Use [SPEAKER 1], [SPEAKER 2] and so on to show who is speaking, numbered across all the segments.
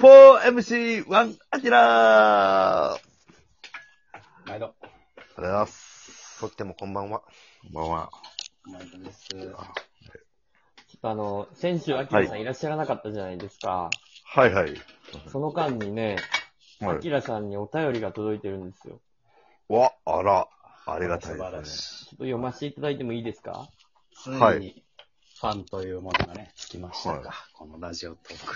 [SPEAKER 1] 4MC1 アキラーあり
[SPEAKER 2] 毎度。
[SPEAKER 1] がとうございます。
[SPEAKER 3] とってもこんばんは。
[SPEAKER 1] こんばんは。
[SPEAKER 2] 毎度です。
[SPEAKER 4] あの、先週、アキラさんいらっしゃらなかったじゃないですか。
[SPEAKER 1] はいはい。
[SPEAKER 4] その間にね、
[SPEAKER 1] は
[SPEAKER 4] ア
[SPEAKER 1] い
[SPEAKER 4] キラさんにお便りが届いてるんですよ。
[SPEAKER 1] わ、あら、ありがたい
[SPEAKER 2] 素晴ら
[SPEAKER 1] です
[SPEAKER 2] しい。
[SPEAKER 4] ちょっと読ませていただいてもいいですか
[SPEAKER 2] ついに、
[SPEAKER 1] は
[SPEAKER 2] ファンというものがね、つきましたか。
[SPEAKER 1] は
[SPEAKER 2] このラジオトーク。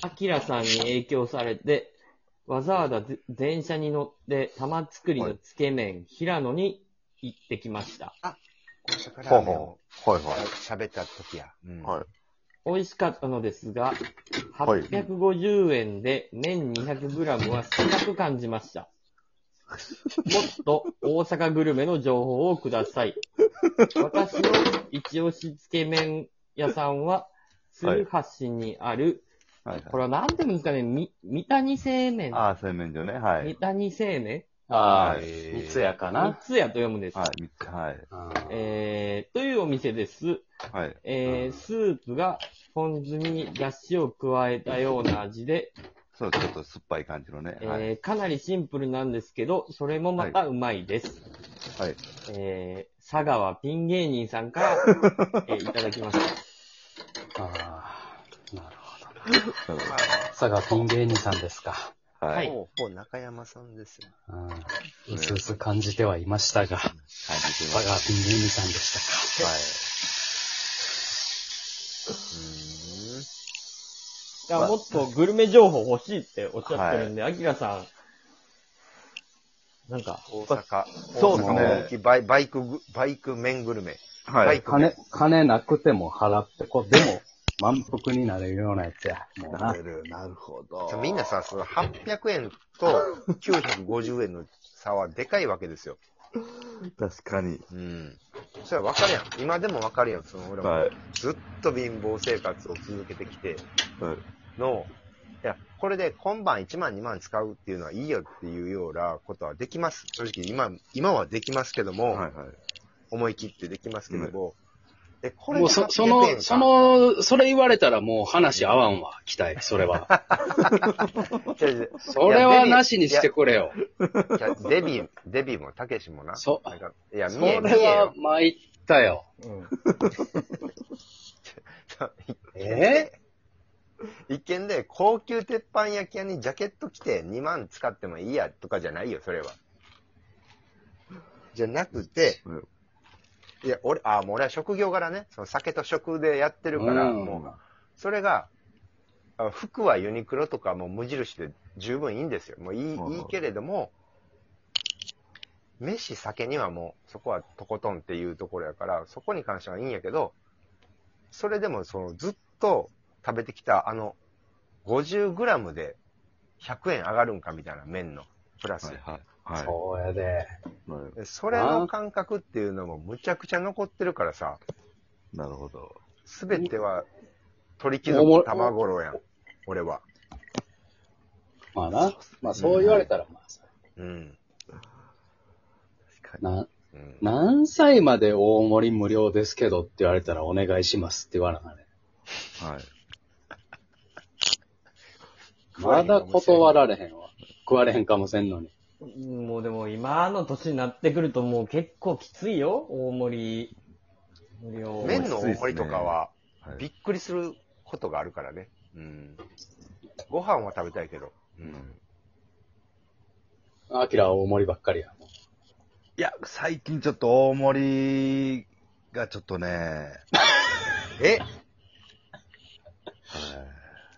[SPEAKER 4] アキラさんに影響されて、わざわざぜ電車に乗って玉造りのつけ麺、平野に行ってきました。
[SPEAKER 3] 高速
[SPEAKER 1] ね。
[SPEAKER 3] ラーメンを
[SPEAKER 1] ははいはい。
[SPEAKER 3] 喋った時や。うん
[SPEAKER 1] はい。
[SPEAKER 4] 美味しかったのですが、
[SPEAKER 1] はい
[SPEAKER 4] 850円で麺 200g は少なく感じました。もっと大阪グルメの情報をください。私の一押しつけ麺屋さんは、鶴橋にある、
[SPEAKER 5] はい
[SPEAKER 4] こ
[SPEAKER 5] はい。
[SPEAKER 4] れは何て言うんですかね、み、三谷製麺。
[SPEAKER 5] ああ、洗面所ね。はい
[SPEAKER 4] 三。谷製麺
[SPEAKER 2] ああ、
[SPEAKER 5] はい
[SPEAKER 2] 三つやか
[SPEAKER 4] 三
[SPEAKER 2] な。
[SPEAKER 4] つ屋と読むんです。
[SPEAKER 5] はい、三つ、はい。
[SPEAKER 2] うん
[SPEAKER 4] えー、というお店です。
[SPEAKER 5] はい。
[SPEAKER 4] えー、スープがポン酢に出汁を加えたような味で、
[SPEAKER 5] そう、ちょっと酸っぱい感じのね。はい。
[SPEAKER 4] えーかなりシンプルなんですけど、それもまたうまいです。
[SPEAKER 5] はい。
[SPEAKER 4] えー、佐川ピン芸人さん から、えーいただきました。
[SPEAKER 2] ああ、なるほど。
[SPEAKER 5] そう
[SPEAKER 2] 佐賀ピン芸人さんですか。
[SPEAKER 5] は。
[SPEAKER 3] はいい。
[SPEAKER 5] 感
[SPEAKER 3] ほう、中山さんですよ。
[SPEAKER 2] うん。うすうす感じてはいましたが、
[SPEAKER 5] じてま
[SPEAKER 2] 佐
[SPEAKER 5] す。
[SPEAKER 2] 賀ピン芸人さんでした
[SPEAKER 5] はい。
[SPEAKER 4] だからもっとグルメ情報欲しいっておっしゃってるんで、アキラさん、なんか、
[SPEAKER 3] 大阪。
[SPEAKER 5] そう
[SPEAKER 3] 大
[SPEAKER 5] ですね
[SPEAKER 3] 阪の大きいバイバイクグ、バイク麺グルメ。
[SPEAKER 5] は
[SPEAKER 3] はいい。
[SPEAKER 2] か。金、金なくても払って、こう、でも、満腹になれるようなやつや。もうな。
[SPEAKER 1] る、なるほど
[SPEAKER 3] みんなさ、その800円と950円の差はでかいわけですよ。
[SPEAKER 5] 確かに。
[SPEAKER 3] うん。それはわかるやん。今でもわかるやん。その俺も
[SPEAKER 5] はい。
[SPEAKER 3] ずっと貧乏生活を続けてきて
[SPEAKER 5] はい
[SPEAKER 3] の、いや、これで今晩1万2万使うっていうのはいいよっていうようなことはできます。正直今、今はできますけども、
[SPEAKER 5] はい。
[SPEAKER 3] 思い切ってできますけども、え、これ
[SPEAKER 6] もう
[SPEAKER 3] 800
[SPEAKER 6] そ、そ
[SPEAKER 3] 円
[SPEAKER 6] の、
[SPEAKER 3] か
[SPEAKER 6] そ、の、それ言われたらもう話合わんわ、期待、それ は。
[SPEAKER 3] いやいやい
[SPEAKER 6] それはなしにしてくれよ。
[SPEAKER 3] やデビー、デビーもたけしもな。
[SPEAKER 6] そ
[SPEAKER 3] なんかいや、
[SPEAKER 6] そ
[SPEAKER 3] 見
[SPEAKER 6] れ
[SPEAKER 3] え、見え
[SPEAKER 6] は
[SPEAKER 3] よ。
[SPEAKER 6] 参ったよ。え
[SPEAKER 3] 一見で、高級鉄板焼き屋にジャケット着て2万使ってもいいやとかじゃないよ、それは。じゃなくて
[SPEAKER 5] うん、
[SPEAKER 3] いや、俺、あ、もう俺は職業柄ね、その酒と食でやってるから、
[SPEAKER 6] うん
[SPEAKER 3] もう、それが、あ服はユニクロとかもう無印で十分いいんですよ。もういい、
[SPEAKER 5] うん
[SPEAKER 3] いいけれども、飯酒にはもう、そこはとことんっていうところやから、そこに関してはいいんやけど、それでもそのずっと食べてきたあの、50グラムで100円上がるんかみたいな麺の、プラス。
[SPEAKER 5] はい。はい。
[SPEAKER 6] え
[SPEAKER 5] はい
[SPEAKER 6] そうやで。
[SPEAKER 5] は
[SPEAKER 3] でそれの感覚っていうのもむちゃくちゃ残ってるからさ、
[SPEAKER 5] い。なるほど。
[SPEAKER 3] すべては鳥貴族玉五郎やん、俺は。
[SPEAKER 6] まあな。まあそう言われたら、まあ、
[SPEAKER 3] うん。
[SPEAKER 5] 確かに。
[SPEAKER 6] な、
[SPEAKER 3] うん
[SPEAKER 6] 何歳まで大盛り無料ですけどって言われたらお願いしますって言わなあかんね。
[SPEAKER 5] はい。
[SPEAKER 6] まだ断られへんわ。食われへんかもせんのに。
[SPEAKER 4] もうでも今の年になってくるともう結構きついよ、大盛り。無料。
[SPEAKER 3] 麺の大盛りとかは
[SPEAKER 5] は、い
[SPEAKER 3] びっくりすることがあるからね。うん。ご飯は食べたいけど。
[SPEAKER 5] うん。
[SPEAKER 6] アキラは大盛りばっかりや。もう
[SPEAKER 5] いや、最近ちょっと大盛りがちょっとね、
[SPEAKER 3] え
[SPEAKER 5] はい。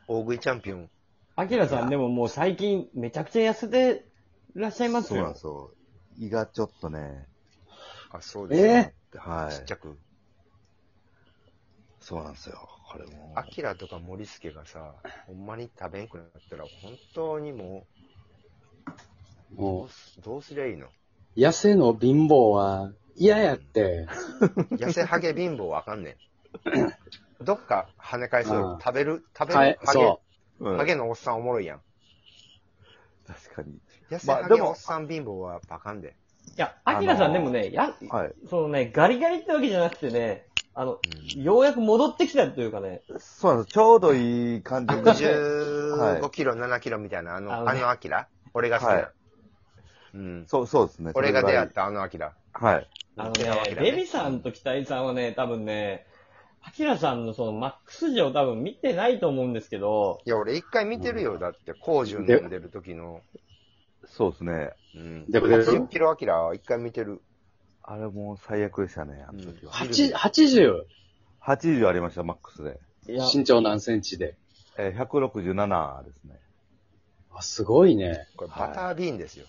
[SPEAKER 3] 大食いチャンピオン。
[SPEAKER 4] アキラさんでももう最近めちゃくちゃ痩せてらっしゃいます
[SPEAKER 5] そうなん
[SPEAKER 4] よ
[SPEAKER 5] で。すよ。胃がちょっとね、
[SPEAKER 3] あ、そうです
[SPEAKER 6] え
[SPEAKER 3] か
[SPEAKER 5] は
[SPEAKER 3] ちっち
[SPEAKER 5] い。
[SPEAKER 3] ゃく。
[SPEAKER 5] そうなんですよ。これも。
[SPEAKER 3] アキラとか森助がさ、ほんまに食べんくなったら、本当にも
[SPEAKER 6] ー
[SPEAKER 3] う、ど
[SPEAKER 6] も
[SPEAKER 3] うすどうすりゃいいの
[SPEAKER 6] う、痩せの貧乏は嫌やって。
[SPEAKER 3] 痩せハゲ貧乏わかんねん。どっか跳ね返そうよ
[SPEAKER 6] うん
[SPEAKER 3] 食べる、食べ
[SPEAKER 6] はい
[SPEAKER 3] る、、ハ
[SPEAKER 6] そ
[SPEAKER 5] うん
[SPEAKER 3] ゲ、ハゲのおっさんおもろいやん。
[SPEAKER 5] 確かに。
[SPEAKER 3] 痩せ
[SPEAKER 5] まあ
[SPEAKER 3] ハ
[SPEAKER 5] で
[SPEAKER 3] ゲ
[SPEAKER 5] も
[SPEAKER 3] おっさん貧乏はわかんで。
[SPEAKER 4] いや、アキラさんでもね、や、
[SPEAKER 5] はい。
[SPEAKER 4] そのね、ガリガリってわけじゃなくてね、あの、ようやく戻ってきたというかね、
[SPEAKER 5] そうなんです。ちょうどいい感じで。
[SPEAKER 3] 15キロ、7キロみたいな、あの、
[SPEAKER 4] あ
[SPEAKER 3] あのアキラ俺が好き
[SPEAKER 5] は。
[SPEAKER 3] ないうん。
[SPEAKER 5] そう、そうですね。
[SPEAKER 3] 俺が出会っ
[SPEAKER 5] そ
[SPEAKER 3] たあのアキラ。
[SPEAKER 5] れぐらい。はい。
[SPEAKER 4] あの
[SPEAKER 3] 似てたわけ
[SPEAKER 4] ね、
[SPEAKER 3] だね
[SPEAKER 4] デビさんと北井さんはね、多分ね、アキラさんのそのマックス時を多分見てないと思うんですけど、
[SPEAKER 3] いや、俺一回見てるよ。だって、コージュン
[SPEAKER 6] で
[SPEAKER 3] 飲んでる時の。
[SPEAKER 5] そうですね。
[SPEAKER 3] うん。
[SPEAKER 6] でもでも
[SPEAKER 3] 80キロアキラは一回見てる。
[SPEAKER 5] あれもう最悪でしたね、あの時は。
[SPEAKER 6] 八80、
[SPEAKER 5] 80ありました、マックスで。
[SPEAKER 4] いや、
[SPEAKER 6] 身長何センチで。
[SPEAKER 5] えー、167ですね。
[SPEAKER 6] あ、すごいね。
[SPEAKER 3] これバタービーンですよ。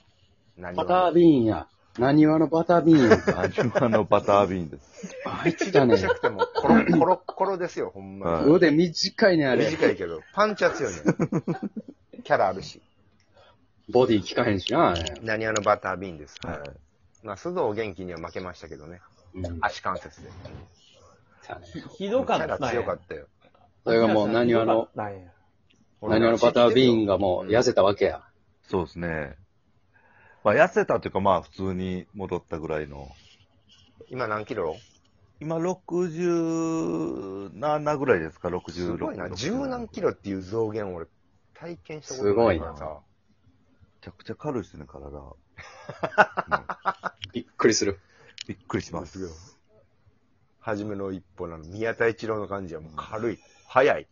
[SPEAKER 3] 何
[SPEAKER 6] バタービーンや。何話のバタービーン
[SPEAKER 5] アニマのバタービーンです。
[SPEAKER 6] あいつだね
[SPEAKER 3] ちっち。ゃくても、コロコロコロですよ、ほんま
[SPEAKER 5] はい
[SPEAKER 6] 腕短いね、あ
[SPEAKER 3] に。
[SPEAKER 6] れ。
[SPEAKER 3] 短いけど、パンチは強いね。 キャラあるし。
[SPEAKER 6] ボディ効かへんしな、あれ。
[SPEAKER 3] 何あのバタービーンです。
[SPEAKER 5] はい。
[SPEAKER 3] まあ、須藤元気には負けましたけどね。
[SPEAKER 6] うん。
[SPEAKER 3] 足関節で。
[SPEAKER 6] だね
[SPEAKER 4] ひどか
[SPEAKER 3] キャ
[SPEAKER 4] っ
[SPEAKER 3] ラ
[SPEAKER 4] た
[SPEAKER 3] 強
[SPEAKER 4] よ
[SPEAKER 3] か。ったよ。
[SPEAKER 6] それがもう何話の、
[SPEAKER 4] なんや。
[SPEAKER 6] 何話のバタービーンがもう痩せたわけや。
[SPEAKER 5] そうですね。まあ、痩せたというか、まあ、普通に戻ったぐらいの。
[SPEAKER 3] 今何キロ
[SPEAKER 5] 今、67ぐらいですか、66。
[SPEAKER 3] すごいな。十何キロっていう増減俺、体験したことないから
[SPEAKER 5] すごい
[SPEAKER 3] さ。
[SPEAKER 5] めちゃくちゃ軽いですね、体。うん
[SPEAKER 6] びっくりする。
[SPEAKER 5] びっくりします。
[SPEAKER 3] すごい初めの一歩なの。宮田一郎の感じはもう軽い。速い。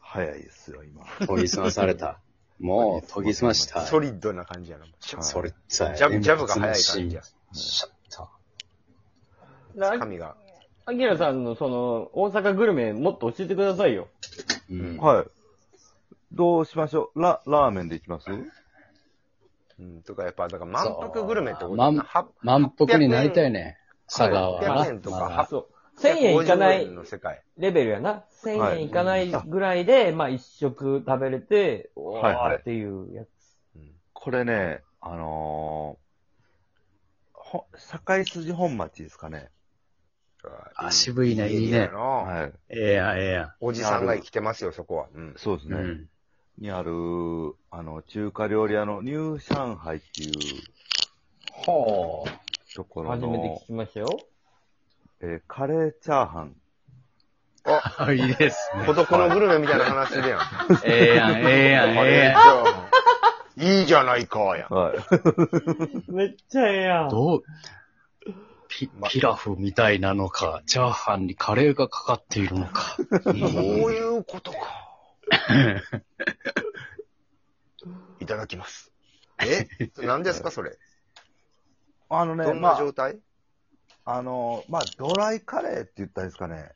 [SPEAKER 5] 早いですよ、今。
[SPEAKER 6] 研ぎ澄まされ た。もう、研ぎ澄ました。
[SPEAKER 3] ソリッドな感じやな。シャ
[SPEAKER 5] はい
[SPEAKER 3] ッ
[SPEAKER 6] それさ、
[SPEAKER 3] ジャブジャブが早い感じや。
[SPEAKER 6] シャッと。
[SPEAKER 4] な
[SPEAKER 3] 神が。
[SPEAKER 4] アキラさんのその、大阪グルメもっと教えてくださいよ。
[SPEAKER 6] うん。
[SPEAKER 5] はい。どうしましょうラ、ラーメンでいきます
[SPEAKER 3] うん。とか、やっぱ、だから満腹グルメってこと
[SPEAKER 6] そ
[SPEAKER 3] だ
[SPEAKER 6] うま。
[SPEAKER 3] なん
[SPEAKER 6] 満腹になりたいね。佐賀はな。
[SPEAKER 3] 800円とか
[SPEAKER 6] まだ
[SPEAKER 4] そう。1000円いかな
[SPEAKER 3] 850
[SPEAKER 4] い
[SPEAKER 3] 円の世界。
[SPEAKER 4] レベルやな。1000円いかないぐらいで、まあ一食食べれて、お
[SPEAKER 5] はいはい
[SPEAKER 4] ーっていうやつ。
[SPEAKER 3] うん
[SPEAKER 5] これね、あのー、ほ、堺筋本町ですかね。
[SPEAKER 6] あ渋いねいいね。
[SPEAKER 3] エリアの
[SPEAKER 5] はい。
[SPEAKER 6] ええやん、ええやん。
[SPEAKER 3] おじさんが生きてますよ、そこは。うん。
[SPEAKER 5] そうですね。
[SPEAKER 6] うん。
[SPEAKER 5] にある、あの、中華料理屋のニュー上海っていう
[SPEAKER 6] ほう。
[SPEAKER 5] ところ
[SPEAKER 4] 初め
[SPEAKER 5] の
[SPEAKER 4] て聞、きましたよ。
[SPEAKER 5] えーカレーチャーハン。
[SPEAKER 6] あ、 いいですね。
[SPEAKER 3] 孤独のグルメみたいな話するやん。
[SPEAKER 6] ええやん、ええやん、え
[SPEAKER 3] カ
[SPEAKER 6] え
[SPEAKER 3] レー
[SPEAKER 6] や
[SPEAKER 3] チ
[SPEAKER 6] ん。
[SPEAKER 3] ャーハンいいじゃないか、やん。
[SPEAKER 5] はい。
[SPEAKER 4] めっちゃええやん。
[SPEAKER 6] どうピ、ピラフみたいなのか、チャーハンにカレーがかかっているのか。
[SPEAKER 3] そういうことか。いただきます。え何ですか、それ。
[SPEAKER 5] あのね、
[SPEAKER 3] どん
[SPEAKER 5] ま
[SPEAKER 3] な
[SPEAKER 5] あ
[SPEAKER 3] 状、態
[SPEAKER 5] あの、まあ、ドライカレーって言ったらいいですかね。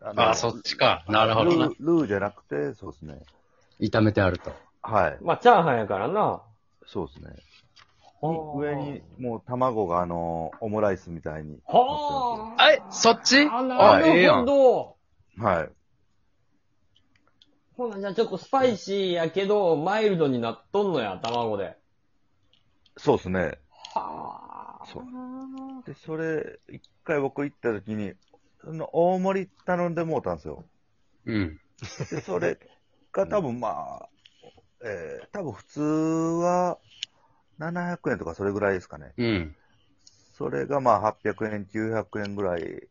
[SPEAKER 5] あの
[SPEAKER 6] あ、そっちか。なるほどな
[SPEAKER 5] ル。ー。ルーじゃなくて、そうですね。
[SPEAKER 6] 炒めてあると。
[SPEAKER 5] はい。
[SPEAKER 4] まあチャーハンやからな。
[SPEAKER 5] そうですね。
[SPEAKER 4] ほー
[SPEAKER 5] 上に、もう卵があの、オムライスみたいに。
[SPEAKER 4] はあ。
[SPEAKER 6] あい、そっち
[SPEAKER 4] あ、
[SPEAKER 6] あ、ええや
[SPEAKER 4] なるほ
[SPEAKER 6] ん。
[SPEAKER 4] ど。
[SPEAKER 5] はい。
[SPEAKER 4] ほな、じゃあちょっとスパイシーやけど、マイルドになっとんのや、卵で。
[SPEAKER 5] そうですね。
[SPEAKER 4] はあ。
[SPEAKER 5] そう。で、それ、一回僕行った時に、その大盛り頼んでもうたんですよ。
[SPEAKER 6] うん。
[SPEAKER 5] で、それが多分まあ、えー、多分普通は700円とかそれぐらいですかね。
[SPEAKER 6] うん。
[SPEAKER 5] それがまあ800円、900円ぐらい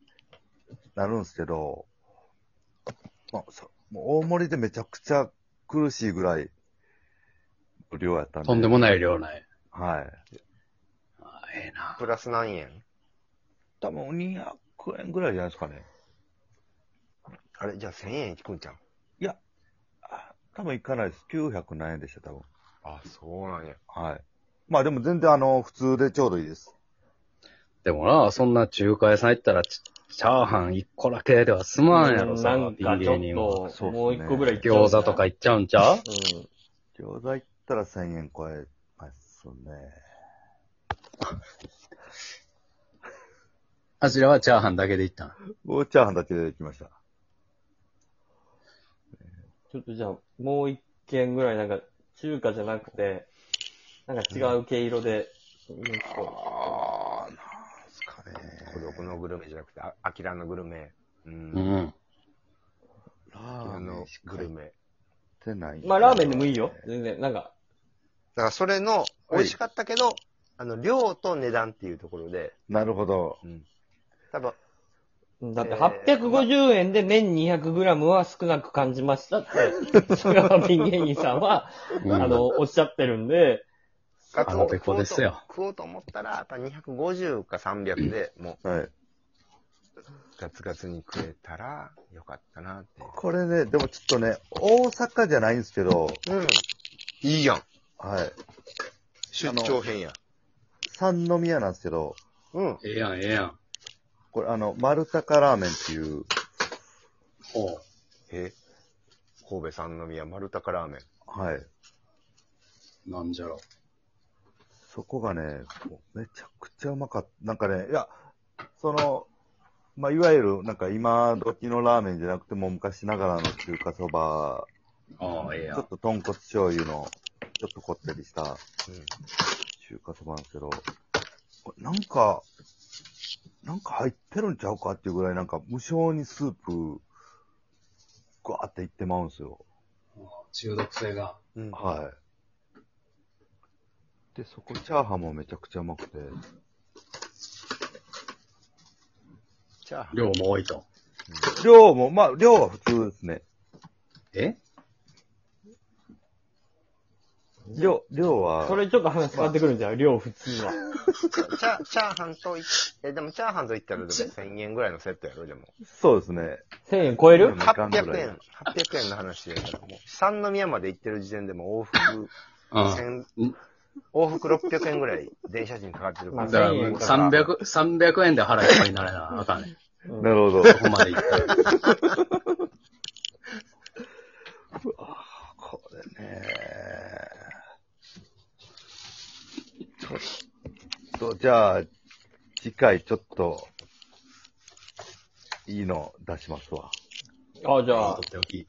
[SPEAKER 5] なるんですけど、まあ、そもう大盛りでめちゃくちゃ苦しいぐらい、量やったんで。
[SPEAKER 6] とんでもない量ない。
[SPEAKER 5] はい。
[SPEAKER 6] あええな。
[SPEAKER 3] プラス何円
[SPEAKER 5] 多分200円ぐらいじゃないですかね。
[SPEAKER 3] あれじゃあ1000円いくんちゃん。
[SPEAKER 5] あ多分いかないです。900何円でした、多分。
[SPEAKER 3] あ、そうなんや。
[SPEAKER 5] はい。まあでも全然あの、普通でちょうどいいです。
[SPEAKER 6] でもな、そんな中華屋さん行ったら、チチャーハン一個だけでは済まんやろ、
[SPEAKER 4] な
[SPEAKER 6] さ
[SPEAKER 4] ん、
[SPEAKER 6] ピ
[SPEAKER 4] か
[SPEAKER 6] ン
[SPEAKER 4] ちょ
[SPEAKER 6] 芸人は。
[SPEAKER 4] っ
[SPEAKER 5] そ
[SPEAKER 4] と、
[SPEAKER 5] うっすね
[SPEAKER 4] もう一個ぐらいいっちゃう
[SPEAKER 6] 餃子とか。行っちゃうんちゃう
[SPEAKER 4] うん。
[SPEAKER 5] 餃子行ったら1000円超えますね。
[SPEAKER 6] あちらはチャーハンだけで行ったん。
[SPEAKER 5] もうチャーハンだけできました。
[SPEAKER 4] ちょっとじゃあ、もう一軒ぐらいなんか、中華じゃなくて、なんか違う毛色で、うん
[SPEAKER 5] ああ、なんすかね。
[SPEAKER 3] 孤独のグルメじゃなくて、あアキラのグルメ。うん。
[SPEAKER 6] う
[SPEAKER 5] ラ
[SPEAKER 6] ん。
[SPEAKER 3] アキ
[SPEAKER 5] ー
[SPEAKER 3] ラ
[SPEAKER 5] メ
[SPEAKER 3] の
[SPEAKER 5] ンし
[SPEAKER 3] グ
[SPEAKER 5] か
[SPEAKER 3] ル
[SPEAKER 5] 行っ
[SPEAKER 3] メ。
[SPEAKER 5] てない。
[SPEAKER 4] まあラーメンでもいいよ。全然、なんか、
[SPEAKER 3] だからそれの、美味しかったけど、あの、量と値段っていうところで、
[SPEAKER 5] なるほど。
[SPEAKER 3] 多分、
[SPEAKER 4] だって
[SPEAKER 3] えー
[SPEAKER 4] 850円で年 200g は少なく感じまし たって、シガーピン芸人さんは、
[SPEAKER 2] うん
[SPEAKER 4] あの、おっしゃってるんで、
[SPEAKER 3] ガツンと
[SPEAKER 6] 腹ペコですよ
[SPEAKER 3] 食おうと思ったら、やっぱ250か300で、も
[SPEAKER 5] はい。
[SPEAKER 3] うガツガツに食えたら、よかったなって。
[SPEAKER 5] これね、でもちょっとね、大阪じゃないんですけど、
[SPEAKER 3] うん。いいやん。
[SPEAKER 5] はい。
[SPEAKER 3] 出張編や。
[SPEAKER 5] 三宮なんですけど、
[SPEAKER 3] うん。
[SPEAKER 6] ええやん、ええやん。
[SPEAKER 5] これあの、丸高ラーメンっていう、
[SPEAKER 6] ほう。
[SPEAKER 3] え神戸三宮丸高ラーメン。
[SPEAKER 5] はい。
[SPEAKER 6] なんじゃろ。
[SPEAKER 5] そこがね、もうめちゃくちゃうまかった。なんかね、いや、その、まあ、いわゆる、なんか今時のラーメンじゃなくてもう昔ながらの中華そば、
[SPEAKER 6] ああ、え
[SPEAKER 5] ち
[SPEAKER 6] えや
[SPEAKER 5] ょ
[SPEAKER 6] ん
[SPEAKER 5] っ。と豚骨醤油の、ちょっとこってりした
[SPEAKER 3] うん。
[SPEAKER 5] 中華そばなんですけど、これなんか、なんか入ってるんちゃうかっていうぐらい、なんか無性にスープ、ぐわーっていってまうんですよ。
[SPEAKER 6] 中毒性が。
[SPEAKER 3] うん。
[SPEAKER 5] はい。で、そこ、チャーハンもめちゃくちゃうまくて、
[SPEAKER 3] チャーハン。
[SPEAKER 6] 量も多いと。
[SPEAKER 5] 量も、まあ、量は普通ですね。
[SPEAKER 6] え
[SPEAKER 5] 量、量は、
[SPEAKER 4] それちょっと話変わってくるんじゃん、量普通は。
[SPEAKER 3] チャチャーハンとい、え、でもチャーハンと言ったらでも1000円ぐらいのセットやろ、でも。
[SPEAKER 5] そうですね。
[SPEAKER 4] 1000円超える
[SPEAKER 5] うん
[SPEAKER 3] 800円、800円の話でやったら、もう、三宮まで行ってる時点でもう往復
[SPEAKER 6] うん。
[SPEAKER 3] 1000
[SPEAKER 6] うん、
[SPEAKER 3] 往復600円ぐらい電車賃かかってるか
[SPEAKER 4] ま
[SPEAKER 3] ら。
[SPEAKER 4] あ
[SPEAKER 6] だからもう
[SPEAKER 3] 300
[SPEAKER 6] 300、300円で腹いっぱいにならなあかんね。
[SPEAKER 4] うん
[SPEAKER 5] なるほど。
[SPEAKER 6] ここまでいったら。
[SPEAKER 5] これね。ちょっと、じゃあ、次回ちょっと、いいの出しますわ。
[SPEAKER 4] あ、じゃ
[SPEAKER 6] と
[SPEAKER 4] あ
[SPEAKER 6] っ、ておき。